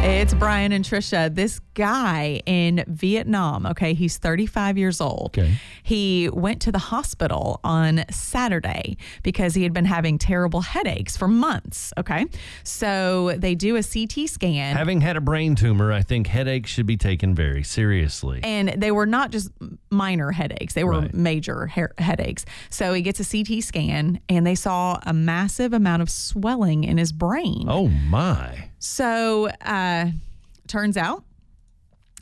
It's Brian and Trisha. This guy in Vietnam, okay, he's 35 years old. Okay. He went to the hospital on Saturday because he had been having terrible headaches for months, okay? So they do a CT scan. Having had a brain tumor, I think headaches should be taken very seriously. and they were not just minor headaches they were Right. major he- headaches so he gets a ct scan and they saw a massive amount of swelling in his brain oh my. so uh, turns out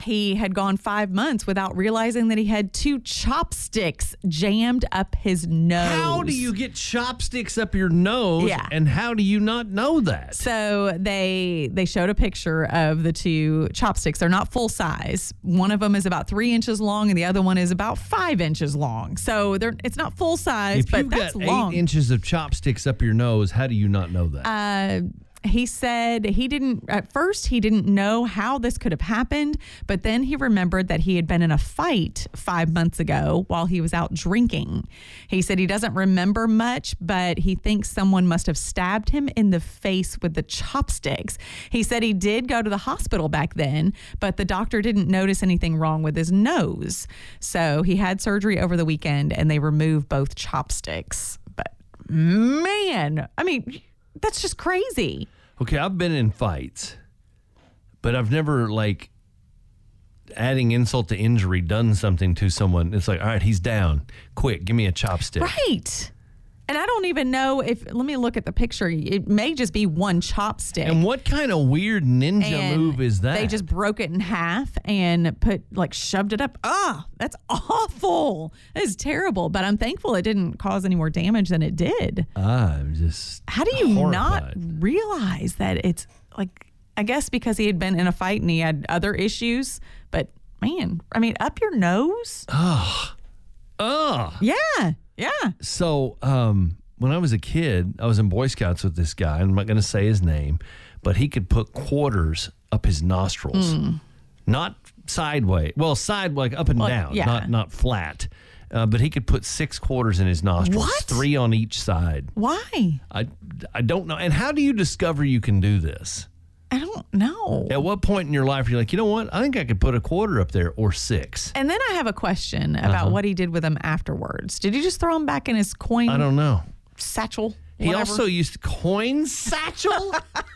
he had gone five months without realizing that he had two chopsticks jammed up his nose How do you get chopsticks up your nose? Yeah. And how do you not know that? So they they showed a picture of the two chopsticks. They're not full size. One of them is about three inches long, and the other one is about five inches long. So they're it's not full size, if but you've that's got eight long. inches of chopsticks up your nose, how do you not know that? uh, he said he didn't at first he didn't know how this could have happened, but then he remembered that he had been in a fight five months ago while he was out drinking. He said he doesn't remember much, but he thinks someone must have stabbed him in the face with the chopsticks. He said he did go to the hospital back then, but the doctor didn't notice anything wrong with his nose. So he had surgery over the weekend and they removed both chopsticks. But man, I mean, that's just crazy. Okay, I've been in fights, but I've never like adding insult to injury done something to someone. It's like, all right, he's down. Quick, give me a chopstick. Right. And I don't even know if, let me look at the picture. It may just be one chopstick. And what kind of weird ninja And move is that? They just broke it in half and put, like, shoved it up. Ah, that's awful. That is terrible. But I'm thankful it didn't cause any more damage than it did. I'm just How do you horrified. not realize that it's like, I guess because he had been in a fight and he had other issues, but man, I mean, up your nose? Ugh. Yeah. Yeah. So, um, when I was a kid, I was in Boy Scouts with this guy. and I'm not going to say his name, but he could put quarters up his nostrils, Hmm. not sideways. Well, sideways, up and down, yeah. not not flat. Uh, but he could put six quarters in his nostrils, What? three on each side. Why? I, I don't know. And how do you discover you can do this? I don't know. At what point in your life are you like, you know what? I think I could put a quarter up there or six. And then I have a question about Uh-huh. what he did with them afterwards. Did he just throw them back in his coin I don't know. satchel? He whatever? also used to coin satchel. like,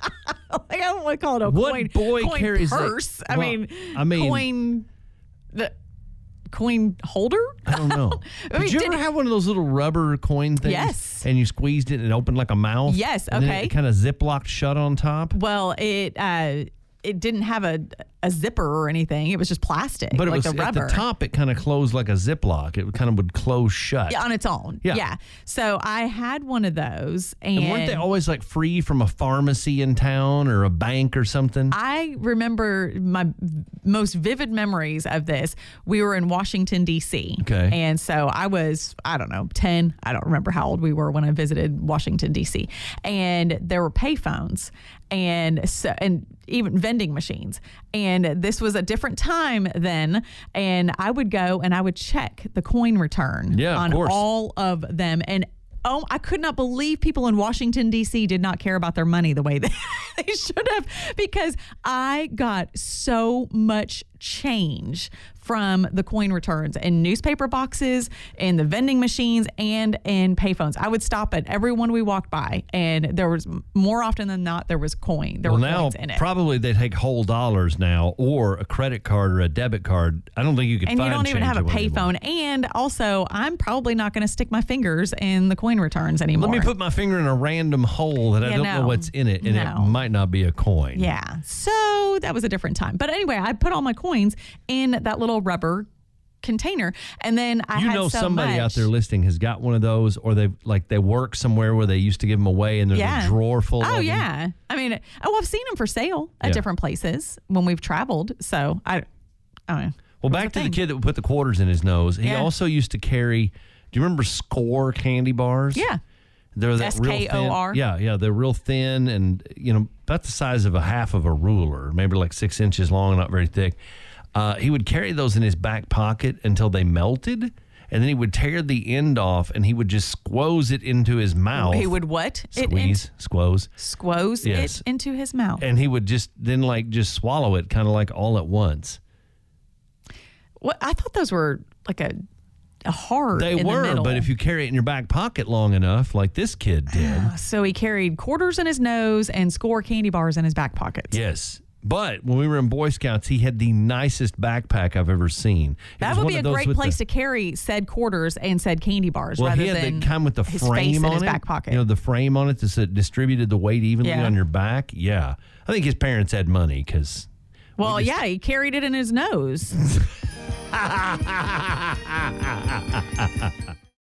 I don't want to call it a What coin. boy coin carries a- purse? I Well, mean, I mean- coin the coin holder. I don't know. I mean, did you did ever it- have one of those little rubber coin things? Yes. And you squeezed it and it opened like a mouth? Yes, and then okay. it kind of ziplocked shut on top. Well, it uh, it didn't have a a zipper or anything. It was just plastic, But it like was the at rubber the top, it kind of closed like a ziplock. It kind of would close shut. Yeah, on its own. Yeah. So I had one of those, and, And weren't they always like free from a pharmacy in town or a bank or something? I remember my most vivid memories of this. We were in Washington, D.C. Okay. And so I was, I don't know, 10. I don't remember how old we were when I visited Washington, D.C. And there were payphones and so, and even vending machines. And this was a different time then. And I would go and I would check the coin return Yeah, of on course. all of them. And Oh, I could not believe people in Washington, D.C. did not care about their money the way that they should have because I got so much change from the coin returns in newspaper boxes, in the vending machines, and in payphones. I would stop at everyone we walked by, and there was more often than not, there was coin. There well, were now coins in it. probably they take whole dollars now or a credit card or a debit card. I don't think you could and you find don't even change have a at one anymore. payphone. And also, I'm probably not going to stick my fingers in the coin returns anymore. Let me put my finger in a random hole that I Yeah, don't no. know what's in it, and it No. might not be a coin. Yeah. So that was a different time. But anyway, I put all my coins in that little rubber container, and then I you had know so somebody much. out there listening has got one of those or they like they work somewhere where they used to give them away and there's Yeah. a drawer full of Oh them. yeah. I mean, oh, I've seen them for sale at Yeah. different places when we've traveled. So I, I don't know. well back to the kid that would put the quarters in his nose he Yeah. also used to carry do you remember score candy bars Yeah. they're that real thin- S.K.O.R.. yeah yeah they're real thin and you know about the size of a half of a ruler maybe like six inches long not very thick uh, he would carry those in his back pocket until they melted and then he would tear the end off and he would just squoze it into his mouth. He would what? It in- squeeze, squoze, squoze Yes. it into his mouth. and he would just then like just swallow it, kind of like all at once. What I thought those were like a, a hard. They in the were, middle. but if you carry it in your back pocket long enough, like this kid did, so he carried quarters in his nose and score candy bars in his back pockets. yes. But when we were in Boy Scouts, he had the nicest backpack I've ever seen. It That was would one be of a those great with the- place to carry said quarters and said candy bars Well, rather he had than the kind with the his frame face on in his it. back pocket. You know, the frame on it that said distributed the weight evenly Yeah. on your back. Yeah, I think his parents had money because well, yeah, he carried it in his nose.